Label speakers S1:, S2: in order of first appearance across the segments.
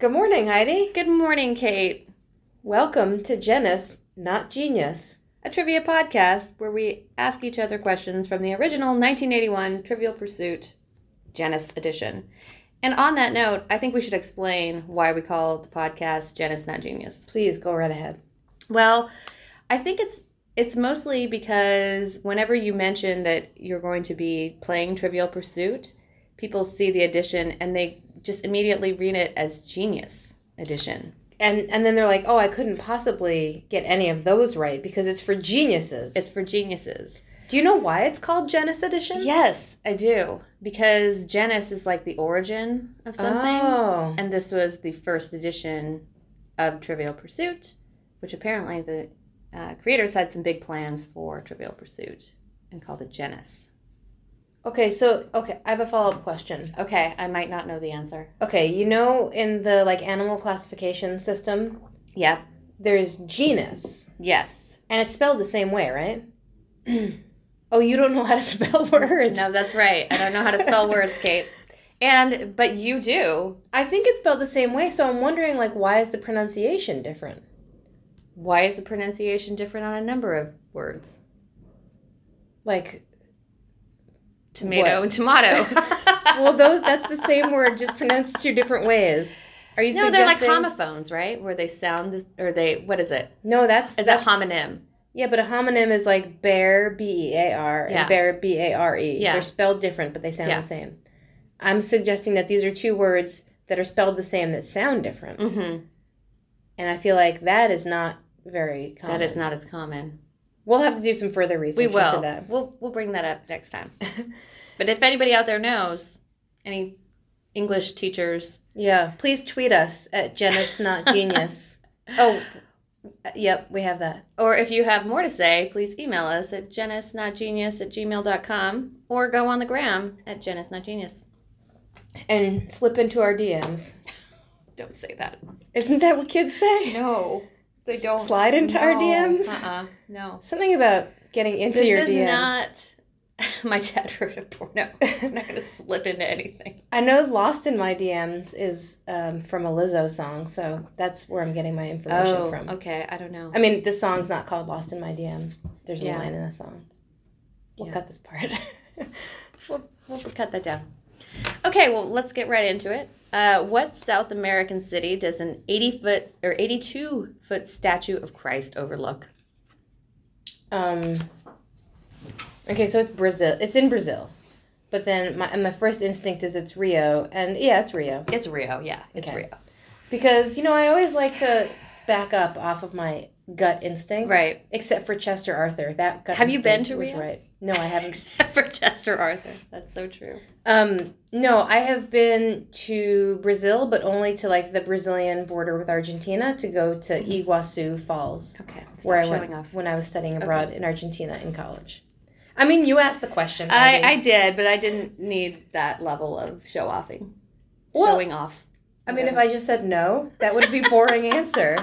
S1: Good morning, Heidi.
S2: Good morning, Kate.
S1: Welcome to Genus, Not Genius.
S2: A trivia podcast where we ask each other questions from the original 1981 Trivial Pursuit Genus edition. And on that note, I think we should explain why we call the podcast Genus Not Genius.
S1: Please go right ahead.
S2: Well, I think it's it's mostly because whenever you mention that you're going to be playing Trivial Pursuit, people see the edition and they just immediately read it as Genius edition.
S1: And and then they're like, "Oh, I couldn't possibly get any of those right because it's for geniuses."
S2: It's for geniuses.
S1: Do you know why it's called Genus edition?
S2: Yes, I do. Because genus is like the origin of something.
S1: Oh.
S2: And this was the first edition of Trivial Pursuit, which apparently the uh, creators had some big plans for Trivial Pursuit and called it Genus.
S1: Okay, so okay, I have a follow-up question.
S2: Okay, I might not know the answer.
S1: Okay, you know in the like animal classification system,
S2: Yeah.
S1: there's genus,
S2: Yes.
S1: and it's spelled the same way, right? oh, you don't know how to spell words.
S2: No, that's right. I don't know how to spell words, Kate. And but you do.
S1: I think it's spelled the same way, so I'm wondering like why is the pronunciation different?
S2: Why is the pronunciation different on a number of words?
S1: Like,
S2: Tomato and tomato.
S1: well, those that's the same word, just pronounced two different ways. Are you
S2: No,
S1: suggesting?
S2: they're like homophones, right? Where they sound this, or they what is it?
S1: No, that's
S2: Is
S1: that's-
S2: that homonym?
S1: yeah, but a homonym is like bear b e a r and
S2: Yeah.
S1: bear b a r e.
S2: Yeah.
S1: They're spelled different, but they sound
S2: Yeah.
S1: the same. I'm suggesting that these are two words that are spelled the same that sound different,
S2: Mm-hmm.
S1: and I feel like that is not very common.
S2: That is not as common.
S1: We'll have to do some further research
S2: We will.
S1: into that.
S2: We'll we'll bring that up next time. but if anybody out there knows, any English teachers,
S1: Yeah, please tweet us at Genus Not Genius. oh, uh, yep, we have that.
S2: or if you have more to say, please email us at genusnotgenius at gmail.com or go on the gram at genusnotgenius.
S1: And slip into our DMs.
S2: Don't say that.
S1: Isn't that what kids say?
S2: No, they don't.
S1: slide into our
S2: No.
S1: DMs?
S2: Uh-uh. No.
S1: Something about getting into your
S2: This is
S1: DMs.
S2: not my dad wrote a porno. I'm not gonna slip into anything.
S1: I know "Lost in My DMs" is um, from a Lizzo song, so that's where I'm getting my information from.
S2: Oh, okay. I don't know.
S1: I mean, the song's not called "Lost in My DMs." There's
S2: Yeah.
S1: a line in the song. We'll
S2: Yeah.
S1: cut this part.
S2: We'll, we'll cut that down. Okay, well, let's get right into it. Uh, what South American city does an 80 foot or 82 foot statue of Christ overlook?
S1: um, okay, so it's Brazil. It's in Brazil, but then my my first instinct is it's Rio, and yeah, it's Rio.
S2: It's Rio, yeah, it's
S1: Okay.
S2: Rio.
S1: Because you know, I always like to back up off of my gut instincts,
S2: Right.
S1: Except for Chester Arthur, that gut
S2: Have you been
S1: instinct
S2: to
S1: was
S2: Rio?
S1: Right? No, I haven't.
S2: Except for Chester Arthur. That's so true.
S1: um, no, I have been to Brazil, but only to like the Brazilian border with Argentina to go to Iguazu Falls,
S2: Okay, Mm-hmm. stop
S1: where I
S2: showing
S1: went
S2: off.
S1: when I was studying abroad in Argentina in college. I mean, you asked the question.
S2: I,
S1: Ivy.
S2: I did, but I didn't need that level of show offing.
S1: Well-
S2: showing off.
S1: I mean, if I just said no, that would be boring answer.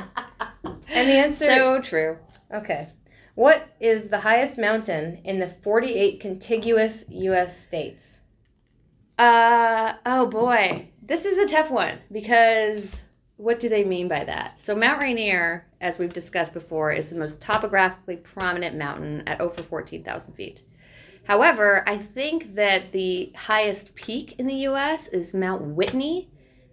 S1: And the answer
S2: So true.
S1: Okay. What is the highest mountain in the 48 contiguous U.S. states?
S2: Uh oh boy. This is a tough one because what do they mean by that? So Mount Rainier, as we've discussed before, is the most topographically prominent mountain at over 14,000 feet. However, I think that the highest peak in the US is Mount Whitney,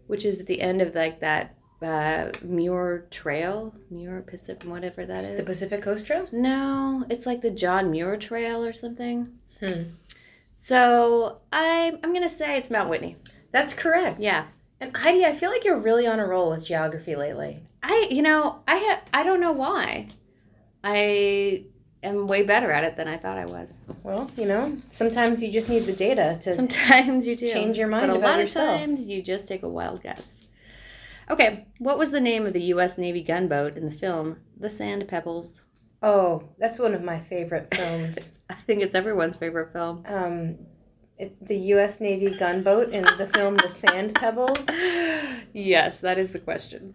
S2: which is at the end of like that uh, Muir Trail, Muir Pacific, whatever that is.
S1: The Pacific Coast Trail?
S2: No, it's like the John Muir Trail or something.
S1: Hmm.
S2: So I, I'm gonna say it's Mount Whitney.
S1: That's correct.
S2: Yeah,
S1: And Heidi, I feel like you're really on a roll with geography lately.
S2: I, you know, I, ha- I don't know why. I am way better at it than I thought I was.
S1: Well, you know, sometimes you just need the data to.
S2: Sometimes you do
S1: Change your mind
S2: but a
S1: about
S2: lot
S1: yourself.
S2: of times you just take a wild guess. Okay, what was the name of the U.S. Navy gunboat in the film The Sand Pebbles?
S1: oh, that's one of my favorite films.
S2: I think it's everyone's favorite film.
S1: um, it, the U.S. Navy gunboat in the film The Sand Pebbles.
S2: yes, that is the question.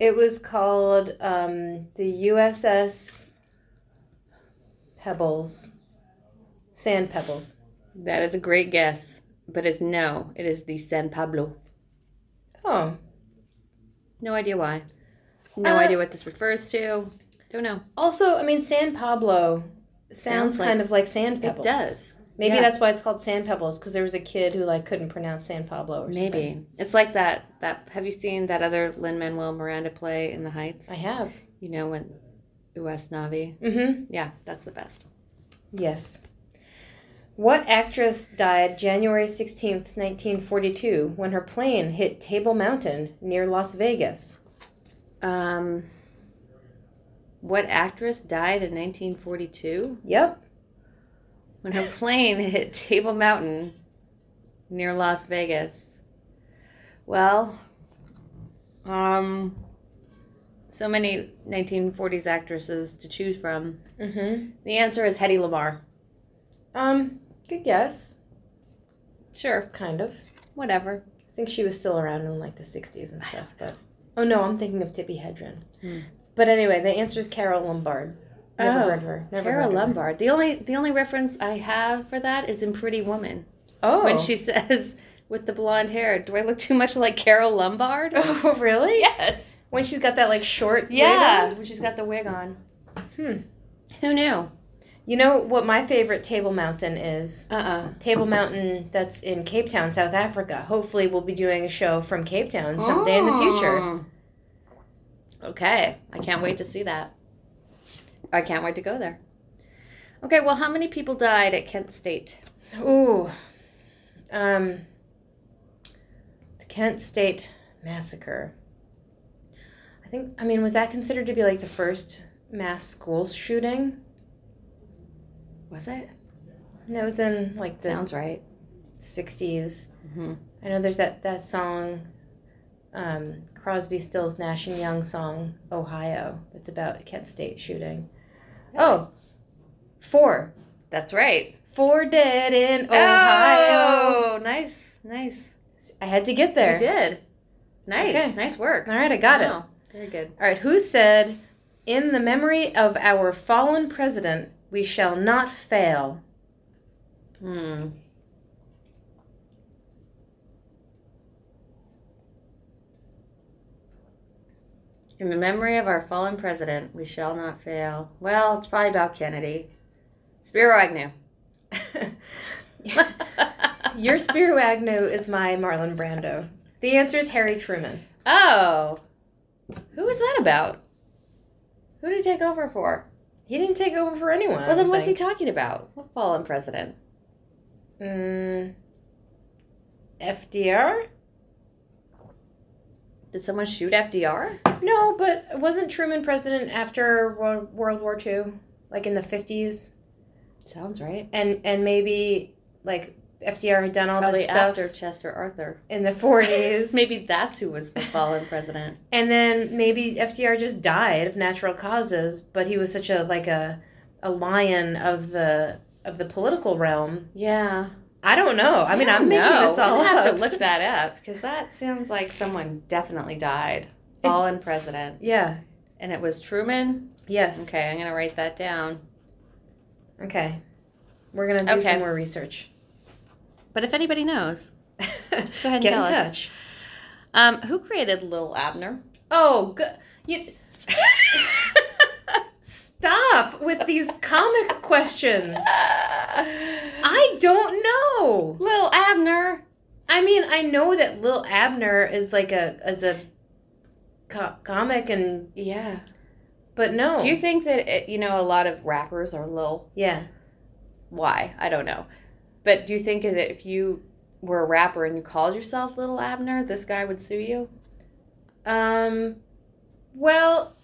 S1: It was called um, the USS Pebbles. Sand Pebbles.
S2: That is a great guess, but it's no. It is the San Pablo.
S1: Oh.
S2: No idea why. No
S1: Uh,
S2: idea what this refers to. Don't know.
S1: Also, I mean, San Pablo sounds,
S2: Sounds like-
S1: kind of like sand pebbles.
S2: It does.
S1: Maybe
S2: yeah.
S1: that's why it's called sand pebbles because there was a kid who like couldn't pronounce San Pablo or something.
S2: Maybe. It's like that that have you seen that other Lin Manuel Miranda play in the Heights?
S1: I have.
S2: You know when US Navi?
S1: Mm-hmm.
S2: Yeah, that's the best.
S1: Yes. What actress died January 16th, 1942, when her plane hit Table Mountain near Las Vegas?
S2: Um what actress died in 1942
S1: Yep.
S2: when her plane hit Table Mountain near Las Vegas? Well, um so many 1940s actresses to choose from.
S1: Mm-hmm.
S2: The answer is Hedy Lamarr.
S1: Um, good guess.
S2: Sure,
S1: Kind of.
S2: whatever.
S1: I think she was still around in like the 60s and stuff, but. Oh no, I'm thinking of Tippi Hedren.
S2: Hmm.
S1: But anyway, the answer is Carol Lombard. Never
S2: Oh,
S1: heard of her. Never
S2: Carol
S1: heard of her.
S2: Lombard. The only the only reference I have for that is in Pretty Woman
S1: Oh.
S2: when she says with the blonde hair, "Do I look too much like Carol Lombard?"
S1: Oh, really?
S2: yes.
S1: When she's got that like short. wig
S2: Yeah,
S1: on?
S2: when she's got the wig on.
S1: Hmm.
S2: Who knew?
S1: You know what my favorite Table Mountain is?
S2: Uh uh
S1: Table Mountain that's in Cape Town, South Africa. Hopefully, we'll be doing a show from Cape Town someday in the future.
S2: Okay, I can't wait to see that. I can't wait to go there. Okay, well, how many people died at Kent State?
S1: Ooh. Um, the Kent State Massacre. I think, I mean, was that considered to be like the first mass school shooting?
S2: Was it?
S1: That was in like the
S2: Sounds right.
S1: 60s.
S2: hmm
S1: I know there's that, that song, um, Crosby, Stills, Nash and Young song, Ohio, that's about Kent State shooting. Oh, four.
S2: That's right.
S1: Four dead in Ohio.
S2: Ohio. nice, nice.
S1: Oh! I had to get there.
S2: You did. Nice,
S1: Okay.
S2: nice work.
S1: All right, I got it.
S2: Wow. Very good.
S1: All right, who said, "In the memory of our fallen president, we shall not fail."
S2: Hmm. In the memory of our fallen president, we shall not fail. Well, it's probably about Kennedy. Spiro Agnew.
S1: Your Spiro Agnew is my Marlon Brando. The answer is Harry Truman.
S2: oh, who was that about? Who did he take over for?
S1: He didn't take over for anyone.
S2: Well, then what's he talking about? What fallen president?
S1: he? Mm, FDR?
S2: Did someone shoot FDR?
S1: No, but wasn't Truman president after Wo- World War II, like in the fifties,
S2: Sounds right.
S1: and and maybe like FDR had done all
S2: Probably
S1: this stuff
S2: after Chester Arthur.
S1: in the forties,
S2: Maybe that's who was the fallen president.
S1: and then maybe FDR just died of natural causes, but he was such a like a a lion of the of the political realm.
S2: Yeah.
S1: I don't know. I mean,
S2: Yeah,
S1: I'm making
S2: no,
S1: this
S2: I'll
S1: all up.
S2: have to look that up because that sounds like someone definitely died. Fallen president.
S1: yeah.
S2: And it was Truman.
S1: Yes.
S2: Okay, I'm going to write that down.
S1: Okay. We're gonna do
S2: Okay.
S1: some more research.
S2: But if anybody knows,
S1: just
S2: go ahead and
S1: Get
S2: tell
S1: in
S2: us.
S1: touch.
S2: um, who created Lil Abner?
S1: Oh, good. You stop with these comic questions. I don't know.
S2: Lil Abner.
S1: I mean, I know that Lil Abner is like a as a co- comic and
S2: Yeah.
S1: but no.
S2: Do you think that, it, you know, a lot of rappers are Lil?
S1: yeah.
S2: why i don't know but do you think that if you were a rapper and you called yourself little abner this guy would sue you
S1: Um well,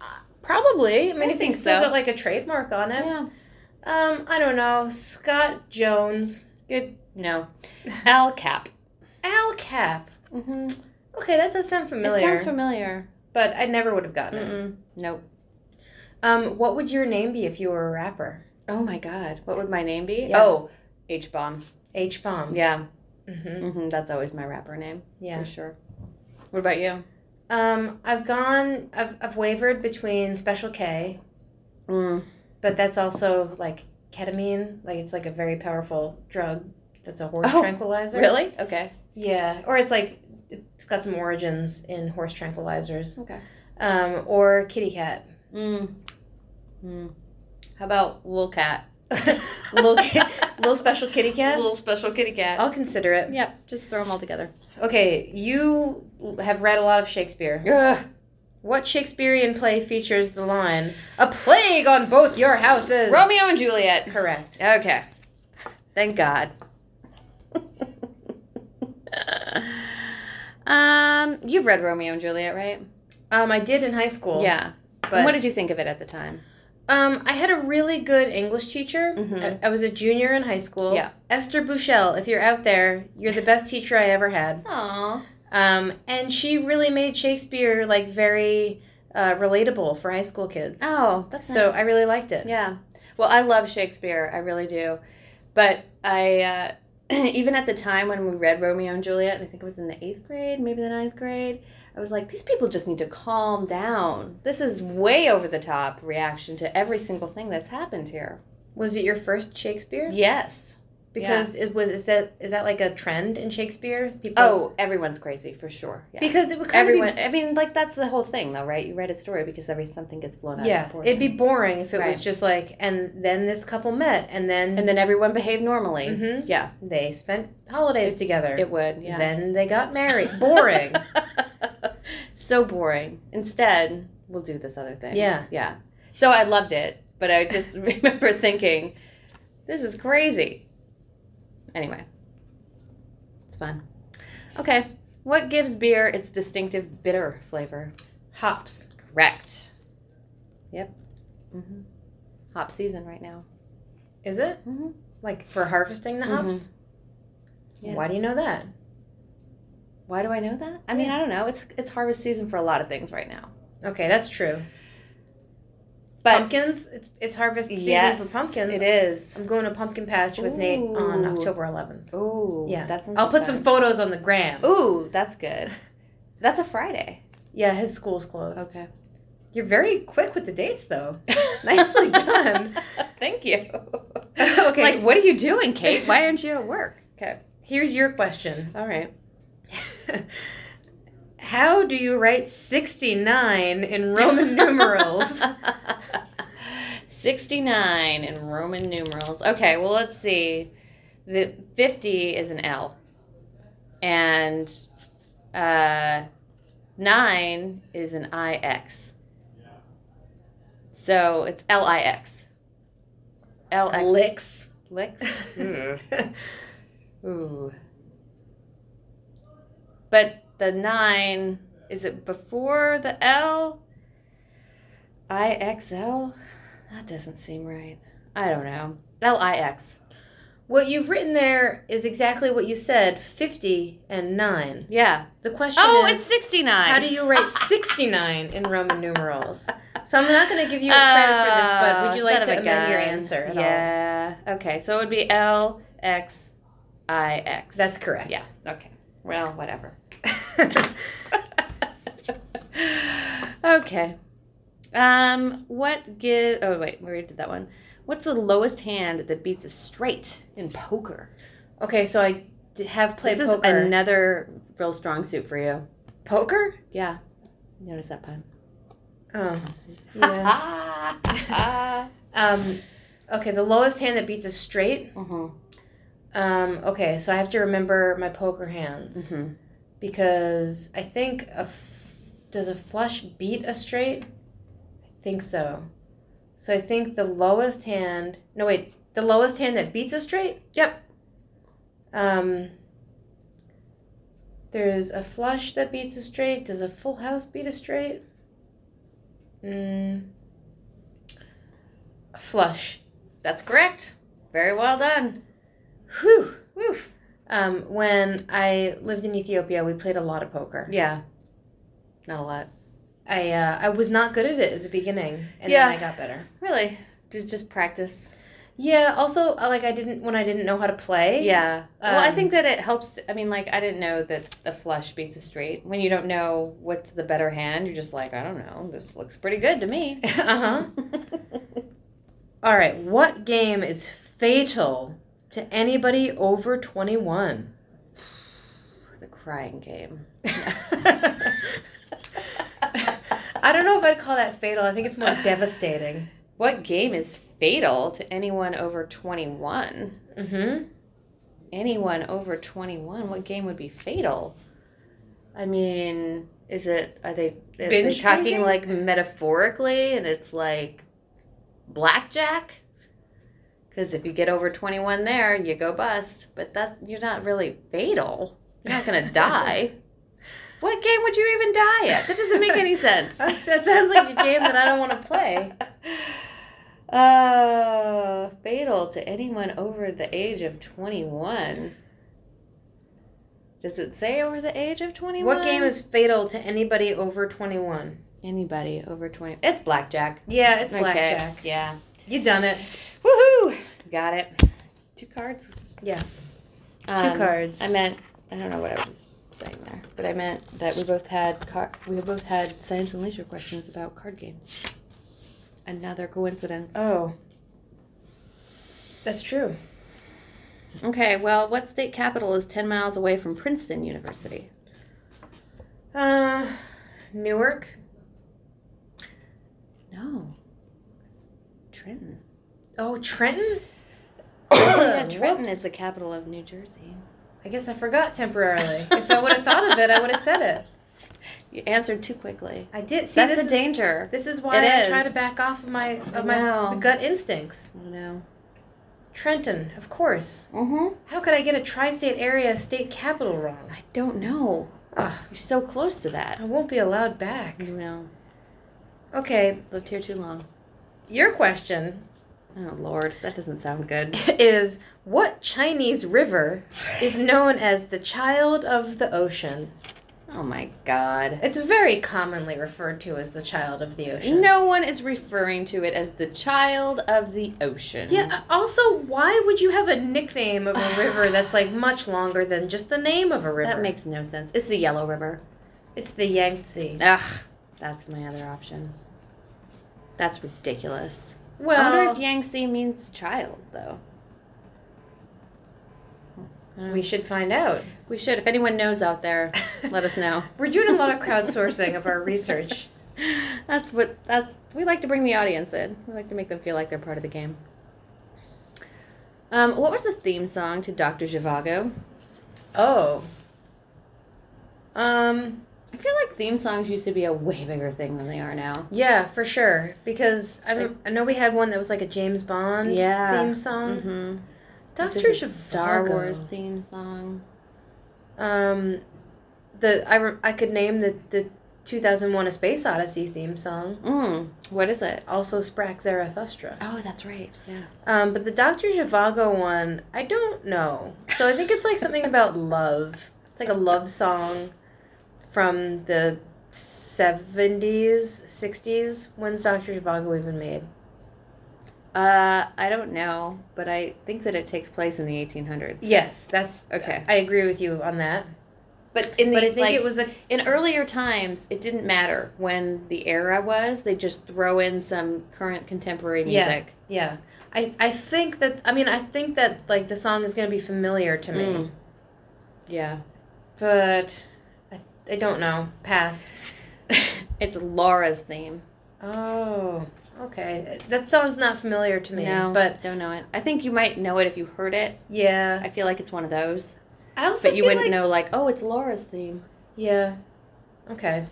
S1: uh, probably. I mean,
S2: I
S1: if
S2: think
S1: he's still
S2: so.
S1: got like a trademark on it. Um, I don't know. Scott Jones,
S2: good no al cap
S1: Al Cap.
S2: mm-hmm. it
S1: Okay, that does sound familiar.
S2: sounds familiar
S1: but I never would have gotten it.
S2: Mm-mm. nope
S1: Um, what would your name be if you were a rapper?
S2: oh my god what would my name be
S1: Yeah.
S2: oh h-bomb
S1: H bomb.
S2: yeah
S1: hmm
S2: hmm that's always my rapper name
S1: Yeah.
S2: for sure what about you
S1: Um, I've gone. I've I've wavered between Special K,
S2: mm.
S1: but that's also like ketamine. Like it's like a very powerful drug. That's a horse
S2: Oh,
S1: tranquilizer.
S2: really okay
S1: Yeah. Or it's like it's got some origins in horse tranquilizers
S2: Okay.
S1: um, or kitty cat.
S2: Mm. Mm. How about little cat?
S1: little, ki- little special kitty cat.
S2: Little special kitty cat.
S1: I'll consider it.
S2: Yep. Just throw them all together.
S1: Okay, you have read a lot of Shakespeare.
S2: Ugh.
S1: What Shakespearean play features the line, A plague on both your houses?
S2: Romeo and Juliet.
S1: Correct.
S2: Okay. Thank God. um, you've read Romeo and Juliet, right?
S1: Um, I did in high school.
S2: Yeah.
S1: But
S2: what did you think of it at the time?
S1: Um, I had a really good English teacher.
S2: Mhm.
S1: I, I was a junior in high school.
S2: Yeah.
S1: Esther Bouchel, if you're out there, you're the best teacher I ever had.
S2: Aw.
S1: Um, and she really made Shakespeare like very uh, relatable for high school kids.
S2: Oh, that's
S1: so
S2: nice.
S1: I really liked it.
S2: Yeah. Well, I love Shakespeare. I really do. But I, uh, even at the time when we read Romeo and Juliet, I think it was in the eighth grade, maybe the ninth grade, I was like, these people just need to calm down. This is way over the top reaction to every single thing that's happened here.
S1: Was it your first Shakespeare?
S2: Yes.
S1: Because it was is that is that like a trend in Shakespeare? People,
S2: Oh, everyone's crazy for sure. Yeah.
S1: because it would kind of be-
S2: Everyone, I mean, like that's the whole thing, though, right? You write a story because every something gets blown out.
S1: yeah, it'd be boring if it
S2: Right.
S1: was just like, and then this couple met, and then
S2: and then everyone behaved normally.
S1: Mhm.
S2: Yeah,
S1: they spent holidays together.
S2: it would. Yeah,
S1: Then they got married. Boring.
S2: so boring. Instead, we'll do this other thing.
S1: Yeah.
S2: Yeah. So I loved it, but I just remember thinking, this is crazy. Anyway, it's fun. Okay. What gives beer its distinctive bitter flavor?
S1: Hops.
S2: Correct. Yep. hmm Hop season right now.
S1: Is it?
S2: Mm-hmm.
S1: Like for harvesting the hops?
S2: Yeah.
S1: Why do you know that?
S2: Why do I know that? I mean, I don't know. It's it's harvest season for a lot of things right now.
S1: Okay, that's true.
S2: But
S1: pumpkins, it's, it's harvest season
S2: yes,
S1: for pumpkins.
S2: It is.
S1: I'm going to pumpkin patch with Nate on
S2: Ooh.
S1: October 11th.
S2: Ooh,
S1: Yeah.
S2: That sounds
S1: I'll
S2: like
S1: put
S2: fun.
S1: some photos on the gram.
S2: Ooh, that's good. That's a Friday.
S1: Yeah, his school's closed. You're very quick with the dates, though. Nicely done.
S2: Thank you.
S1: Okay.
S2: Like, what are you doing, Kate? Why aren't you at work? Okay.
S1: Here's your question
S2: All right.
S1: How do you write 69 in Roman numerals?
S2: 69 in Roman numerals. Okay, well, let's see. The 50 is an L. And uh, 9 is an IX. So it's LIX. LX.
S1: Licks.
S2: Licks? Hmm.
S1: That's
S2: Ooh. But the nine, is it before the L? IXL? That doesn't seem right. I don't know. LIX.
S1: What you've written there is exactly what you said 50 and 9.
S2: Yeah.
S1: The question
S2: Oh,
S1: is
S2: it's 69.
S1: how do you write 69 in Roman numerals? So I'm not going to give you credit for this, but would you
S2: Oh,
S1: like
S2: son
S1: to
S2: of a
S1: amend your
S2: gun.
S1: answer at all?
S2: yeah. Okay, so it would be LXIX.
S1: That's correct.
S2: Yeah. Okay. Well, whatever. okay. Um, what give? Oh wait, we already did that one. What's the lowest hand that beats a straight in poker?
S1: okay, so I d- have played
S2: this
S1: poker.
S2: is another real strong suit for you.
S1: poker?
S2: Yeah. Notice that pun.
S1: Oh,
S2: Strong suit.
S1: yeah.
S2: Ah.
S1: um, okay, the lowest hand that beats is straight.
S2: Mhm.
S1: Um, okay, so I have to remember my poker hands
S2: Mhm.
S1: because I think a f- does a flush beat a straight? I think so. So I think the lowest hand. No wait, the lowest hand that beats a straight.
S2: Yep.
S1: Um. There's a flush that beats a straight. Does a full house beat a straight? Mm. A flush.
S2: That's correct. Very well done.
S1: Whew.
S2: Woo.
S1: Um, when I lived in Ethiopia, we played a lot of poker.
S2: Yeah. Not a lot.
S1: I uh, I was not good at it at the beginning, and
S2: Yeah.
S1: then I got better.
S2: Really? Just just practice.
S1: Yeah. Also, uh, like I didn't when I didn't know how to play.
S2: Yeah. well, I
S1: Um,
S2: think that it helps. I mean, like, I didn't know that the flush beats a straight. When you don't know what's the better hand, you're just like, I don't know. This looks pretty good to me.
S1: uh huh. All right. What game is fatal to anybody over twenty one?
S2: the crying game.
S1: I don't know if I'd call that fatal. I think it's more devastating.
S2: what game is fatal to anyone over 21?
S1: Mm-hmm.
S2: Anyone over 21? What game would be fatal? I mean, is it, are they, are they
S1: Binge
S2: talking
S1: drinking?
S2: like metaphorically and it's like blackjack? Because if you get over 21 there, you go bust, but that's, you're not really fatal. You're not going to die. What game would you even die at? That doesn't make any sense.
S1: That sounds like a game that I don't want to play.
S2: Uh, fatal to anyone over the age of 21. Does it say over the age of 21?
S1: What game is fatal to anybody over 21?
S2: anybody over 20? It's blackjack.
S1: Yeah, it's
S2: Okay,
S1: blackjack.
S2: Yeah.
S1: You done it.
S2: Woohoo! Got it. Two cards.
S1: Yeah.
S2: Um,
S1: Two cards.
S2: I meant I don't know what I was saying there, but I meant that we both had car- we both had science and leisure questions about card games. Another coincidence.
S1: oh. That's true.
S2: Okay, well, what state capital is 10 miles away from Princeton University?
S1: Uh, Newark.
S2: No. Trenton.
S1: Oh, Trenton?
S2: yeah, Trenton
S1: Whoops.
S2: is the capital of New Jersey.
S1: I guess I forgot temporarily. if I would have thought of it, I would have said it.
S2: You answered too quickly.
S1: I did. See,
S2: That's
S1: this
S2: a
S1: is,
S2: danger.
S1: this is why
S2: It
S1: I
S2: is.
S1: try to back off of my
S2: I
S1: of my
S2: know.
S1: gut instincts.
S2: Oh, no.
S1: Trenton, of course.
S2: Mm-hmm.
S1: How could I get a tri-state area state capital wrong?
S2: I don't know.
S1: Ugh,
S2: You're so close to that.
S1: I won't be allowed back.
S2: No.
S1: Okay,
S2: Lived here too long.
S1: your question
S2: Oh, Lord. That doesn't sound good.
S1: is what Chinese river is known as the child of the ocean?
S2: Oh, my God.
S1: It's very commonly referred to as the child of the ocean.
S2: No one is referring to it as the child of the ocean.
S1: Yeah, uh, also, why would you have a nickname of a river that's like much longer than just the name of a river?
S2: That makes no sense. It's the Yellow River.
S1: it's the Yangtze.
S2: Ugh, that's my other option. That's ridiculous.
S1: Well,
S2: I wonder if Yangtze means child, though.
S1: we should find out.
S2: We should. If anyone knows out there, let us know.
S1: We're doing a lot of crowdsourcing of our research.
S2: That's what. That's we like to bring the audience in. We like to make them feel like they're part of the game. Um, what was the theme song to Doctor Zhivago?
S1: Oh. Um.
S2: I feel like theme songs used to be a way bigger thing than they are now.
S1: Yeah, for sure. Because I, rem- I know we had one that was like a James Bond
S2: Yeah.
S1: theme song.
S2: Mm-hmm.
S1: Doctor
S2: Star
S1: Zhivago.
S2: Wars theme song.
S1: Um, the I re- I could name the the 2001: A Space Odyssey theme song.
S2: Mm, what is it?
S1: Also, Sprach Zarathustra.
S2: Oh, that's right. Yeah.
S1: Um, but the Doctor Zhivago one, I don't know. So I think it's like something about love. It's like a love song from the 70s, 60s. When's Doctor Zhivago even made?
S2: Uh, I don't know, but I think that it takes place in the 1800s.
S1: Yes, that's
S2: Okay.
S1: I agree with you on that.
S2: But in the
S1: But I think
S2: like,
S1: it was a
S2: in earlier times, it didn't matter when the era was. They just throw in some current contemporary
S1: Yeah.
S2: music.
S1: yeah. I I think that I mean I think that like the song is going to be familiar to me,
S2: Mm. Yeah.
S1: but I, I don't know. Pass.
S2: it's Laura's theme.
S1: Oh, okay. That song's not familiar to me,
S2: No,
S1: but
S2: don't know it. I think you might know it if you heard it.
S1: yeah.
S2: I feel like it's one of those,
S1: I also
S2: but you
S1: feel
S2: wouldn't
S1: like-
S2: know like, oh, it's Laura's theme.
S1: Yeah. Okay.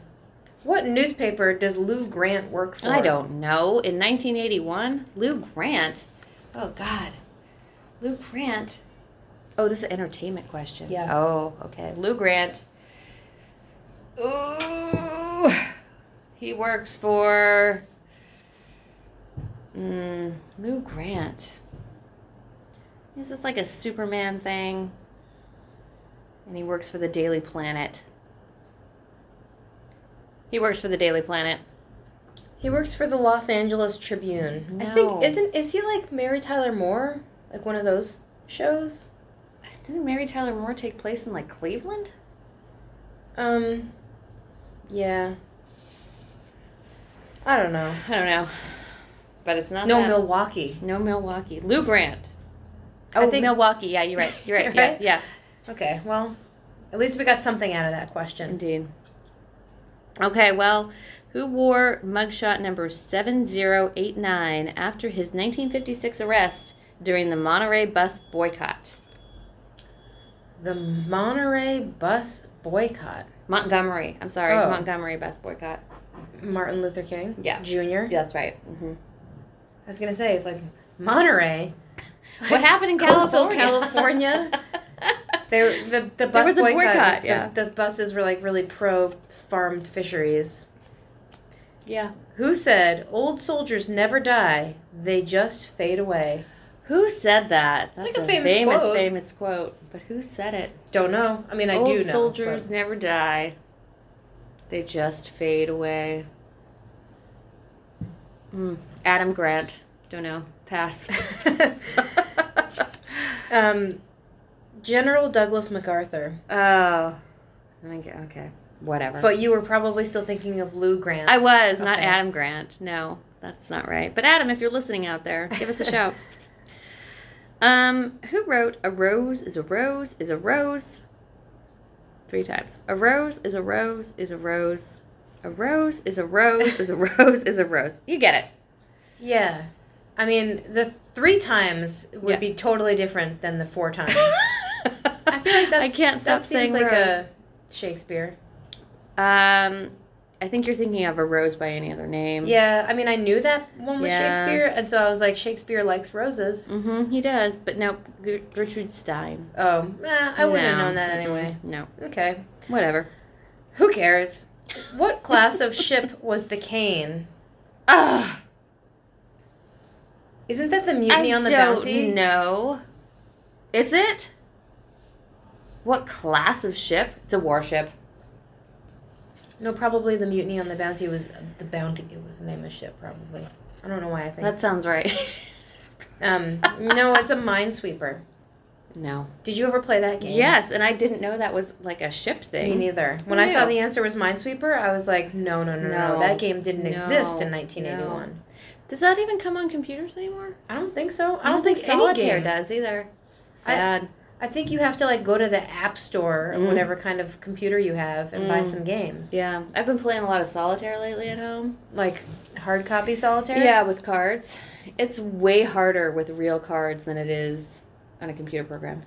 S1: What newspaper does Lou Grant work for?
S2: I don't know. In 1981, Lou Grant. Oh God, Lou Grant. Oh, this is an entertainment question.
S1: Yeah.
S2: Oh, okay. Lou Grant. Ooh, he works for. Mm, Lou Grant. Is this like a Superman thing? And he works for the Daily Planet. He works for the Daily Planet.
S1: He works for the Los Angeles Tribune. I think
S2: No.
S1: isn't is he like Mary Tyler Moore? Like one of those shows?
S2: Didn't Mary Tyler Moore take place in like Cleveland?
S1: Um Yeah. I don't know.
S2: I don't know, but it's not
S1: no,
S2: that.
S1: Milwaukee.
S2: no Milwaukee. Lou Grant.
S1: I
S2: Oh,
S1: think-
S2: Milwaukee. Yeah, you're right. You're right.
S1: Right?
S2: Yeah, yeah.
S1: Okay, well, At least we got something out of that question.
S2: Indeed. Okay, well, who wore mugshot number 7089 after his 1956 arrest during the Monterey bus boycott?
S1: The Monterey bus boycott.
S2: Montgomery. I'm sorry,
S1: Oh.
S2: Montgomery bus boycott.
S1: Martin Luther King
S2: Yeah.
S1: Jr.
S2: Yeah, that's right. hmm
S1: I was going to say, it's like, Monterey?
S2: What happened in
S1: Coastal
S2: California?
S1: California? They, the, the bus
S2: was a
S1: boycott.
S2: boycott,
S1: the-
S2: yeah.
S1: The, buses were like really pro farmed fisheries.
S2: yeah.
S1: Who said, old soldiers never die, they just fade away?
S2: Who said that? That's
S1: like a famous
S2: famous,
S1: quote.
S2: famous quote. But who said it?
S1: Don't know. I mean, I
S2: Old
S1: do know.
S2: soldiers never die. They just fade away. Mm. Adam Grant. Don't know. Pass.
S1: but- um, General Douglas MacArthur.
S2: oh. Okay. okay. Whatever.
S1: But you were probably still thinking of Lou Grant.
S2: I was not
S1: Okay.
S2: Adam Grant. No, that's not right. But Adam, if you're listening out there, give us a shout. Um, who wrote "A rose is a rose is a rose"? Three times. A rose is a rose is a rose. A rose is a rose is a rose is a rose. You get it.
S1: yeah. I mean, the three times would
S2: Yeah.
S1: be totally different than the four times. I feel like that's
S2: I can't stop
S1: that seems
S2: saying
S1: like
S2: rose.
S1: a Shakespeare.
S2: Um, I think you're thinking of a rose by any other name.
S1: Yeah, I mean, I knew that one was
S2: Yeah.
S1: Shakespeare, and so I was like, Shakespeare likes roses.
S2: Mm-hmm. He does, but no, Ger- Gertrude Stein.
S1: Oh, eh, I wouldn't have
S2: No.
S1: known that
S2: Mm-mm.
S1: anyway.
S2: No.
S1: Okay,
S2: Whatever.
S1: who cares? What class of ship was the Cane?
S2: Ugh.
S1: Isn't that the Mutiny
S2: I
S1: on the
S2: don't
S1: Bounty?
S2: know. Is it? What class of ship? It's a warship.
S1: No, probably the Mutiny on the Bounty was the Bounty. It was the name of the ship, probably. I don't know why I think.
S2: That sounds right.
S1: um, no, it's a minesweeper.
S2: no.
S1: Did you ever play that game?
S2: Yes, and I didn't know that was like a ship
S1: Me
S2: thing.
S1: neither.
S2: Who
S1: When I saw
S2: knew?
S1: the answer was minesweeper, I was like, no, no, no, no,
S2: No.
S1: no. That game didn't exist in
S2: No.
S1: 1981.
S2: Does that even come on computers anymore?
S1: I don't think so. I don't, think,
S2: solitaire
S1: any games.
S2: does either.
S1: I-
S2: Sad.
S1: I think you have to like go to the app store or
S2: Mm.
S1: whatever kind of computer you have and buy
S2: Mm.
S1: some games.
S2: yeah, I've been playing a lot of solitaire lately at home.
S1: Like hard copy solitaire.
S2: Yeah, with cards. It's way harder with real cards than it is on a computer program.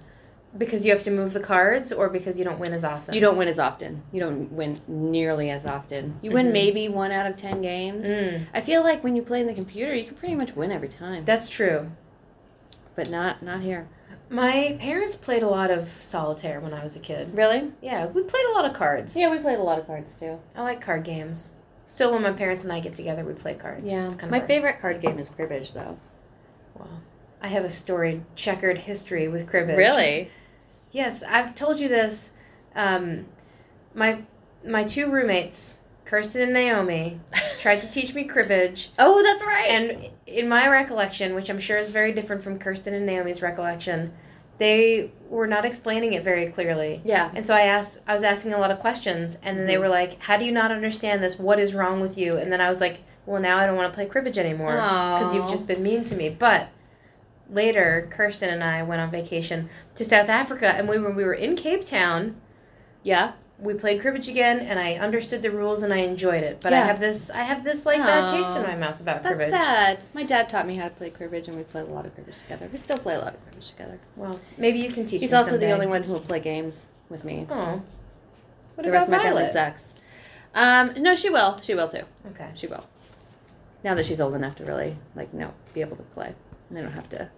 S1: Because you have to move the cards, or because you don't win as often.
S2: You don't win as often. You don't win nearly as often. You win
S1: Mhm.
S2: maybe one out of ten games.
S1: Mm,
S2: I feel like when you play in the computer, you can pretty much win every time,
S1: that's true.
S2: but not not here.
S1: My parents played a lot of solitaire when I was a kid.
S2: Really?
S1: Yeah, we played a lot of cards.
S2: Yeah, we played a lot of cards too.
S1: I like card games. Still, when my parents and I get together, we play cards.
S2: Yeah,
S1: it's kind
S2: my
S1: of
S2: favorite card game is cribbage, though.
S1: Wow. I have a storied, checkered history with cribbage.
S2: Really?
S1: Yes, I've told you this. Um, my my two roommates, Kirsten and Naomi, tried to teach me cribbage,
S2: Oh, that's right.
S1: and in my recollection, which I'm sure is very different from Kirsten and Naomi's recollection, they were not explaining it very clearly.
S2: yeah,
S1: And so I asked, I was asking a lot of questions, and then they
S2: Mhm.
S1: were like, "How do you not understand this? What is wrong with you?" And then I was like, "Well, now I don't want to play cribbage anymore because you've
S2: Aw.
S1: just been mean to me." But later, Kirsten and I went on vacation to South Africa, and we, when we were in Cape Town,
S2: yeah.
S1: we played cribbage again, and I understood the rules and I enjoyed it. But
S2: Yeah.
S1: I have this, I have this like bad
S2: Aw.
S1: taste in my mouth about
S2: That's
S1: cribbage.
S2: sad. My dad taught me how to play cribbage, and we played a lot of cribbage together. We still play a lot of cribbage together.
S1: Well, maybe you can teach.
S2: He's
S1: me
S2: also
S1: someday.
S2: the only one who will play games with me.
S1: Oh, what
S2: the
S1: about
S2: rest of my family
S1: Violet?
S2: sucks. Um, no, she will. She will too.
S1: Okay.
S2: She will. Now that she's old enough to really like no be able to play. I don't have to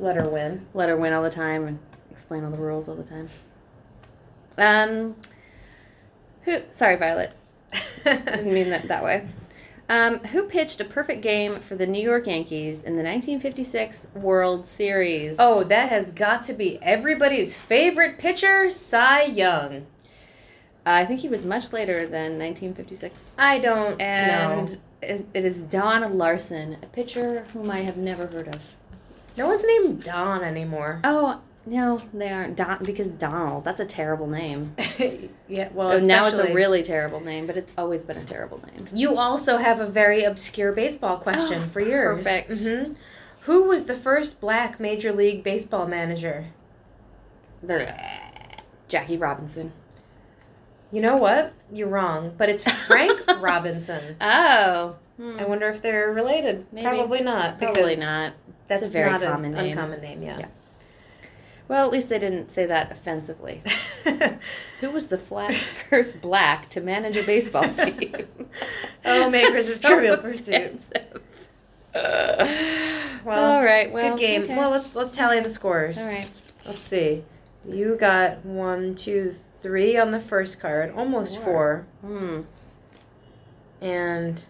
S1: Let her win.
S2: let her win all the time and explain all the rules all the time. Um who sorry, Violet. Didn't mean that that way. Um, who pitched a perfect game for the New York Yankees in the 1956 World Series?
S1: Oh, that has got to be everybody's favorite pitcher, Cy Young.
S2: I think he was much later than 1956.
S1: I don't
S2: And
S1: know.
S2: it, it is Don Larson, a pitcher whom I have never heard of.
S1: No one's named Don anymore.
S2: Oh no, they aren't Don because Donald. That's a terrible name.
S1: yeah, well,
S2: Oh, now it's a
S1: especially-
S2: really terrible name, but it's always been a terrible name.
S1: You also have a very obscure baseball question
S2: Oh,
S1: for yours.
S2: perfect.
S1: hmm Who was the first black Major League Baseball manager?
S2: Jackie Robinson.
S1: You know what? You're wrong, but it's Frank Robinson.
S2: Oh. Hmm.
S1: I wonder if they're related.
S2: Maybe.
S1: Probably not.
S2: Probably
S1: because
S2: not.
S1: That's
S2: a very
S1: not an
S2: common name.
S1: uncommon name. Yeah.
S2: Well, at least they didn't say that offensively. Who was the flat first black to manage a baseball team?
S1: Oh, makers of
S2: So
S1: Trivial Pursuit.
S2: offensive. Uh,
S1: Well,
S2: all right. Well,
S1: Good game.
S2: okay.
S1: Well, let's let's tally the scores.
S2: all right.
S1: Let's see. You got one, two, three on the first card, almost
S2: Four.
S1: four,
S2: Hmm.
S1: and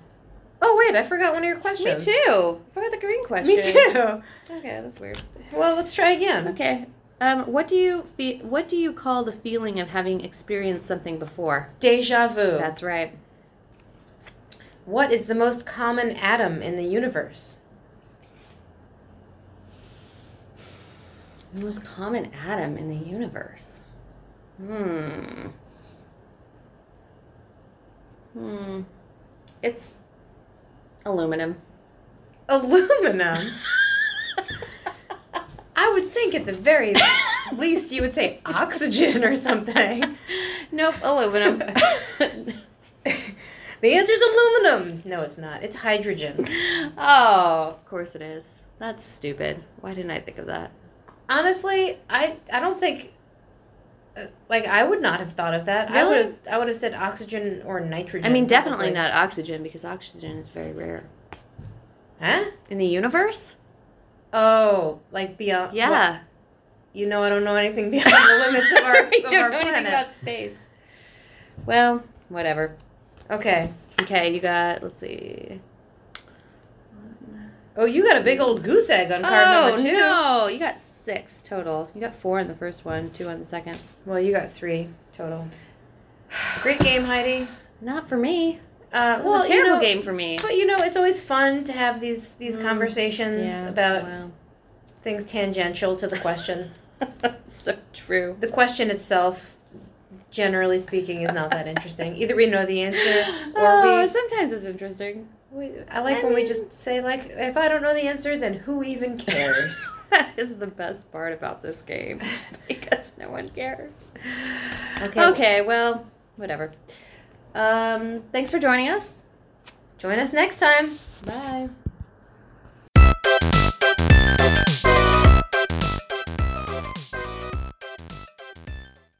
S1: oh wait, I forgot one of your
S2: Me
S1: questions.
S2: too. I forgot the green question.
S1: Me too.
S2: Okay, that's weird.
S1: Well, let's try again.
S2: Okay. Um, what do you fe- What do you call the feeling of having experienced something before?
S1: Deja vu.
S2: That's right.
S1: What is the most common atom in the universe?
S2: The most common atom in the universe. Hmm. Hmm. It's aluminum.
S1: Aluminum. I would think at the very least you would say oxygen or something.
S2: Nope, aluminum.
S1: The answer's aluminum. No, it's not. It's hydrogen.
S2: oh, of course it is. That's stupid. Why didn't I think of that?
S1: Honestly, I I don't think uh, like I would not have thought of that. I
S2: Really?
S1: would have I would have said oxygen or nitrogen.
S2: I mean, definitely
S1: probably.
S2: not oxygen because oxygen is very rare
S1: Huh?
S2: in the universe.
S1: Oh, like beyond
S2: Yeah,
S1: well, you know I don't know anything beyond the limits of our,
S2: Sorry, I
S1: of
S2: don't
S1: our
S2: know
S1: planet.
S2: anything about space. Well, whatever.
S1: okay.
S2: Okay, you got. Let's see.
S1: Oh, you got a big old goose egg on card number 2.
S2: Oh, no! You got six total. You got four in the first one, two on the second.
S1: Well, you got 3 total. Great game, Heidi.
S2: Not for me.
S1: Uh,
S2: That was
S1: well,
S2: a terrible
S1: you know,
S2: game for me.
S1: But you know, it's always fun to have these these
S2: Mm,
S1: conversations
S2: Yeah, oh,
S1: about
S2: wow.
S1: things tangential to the question.
S2: so true.
S1: the question itself, generally speaking, is not that interesting. Either we know the answer, or
S2: oh,
S1: we-
S2: sometimes it's interesting.
S1: we. I like
S2: I
S1: when we
S2: mean-
S1: just say like, if I don't know the answer, then who even cares?
S2: that is the best part about this game because no one cares.
S1: okay.
S2: Okay. well, whatever. Um, thanks for joining us.
S1: Join us next time.
S2: Bye.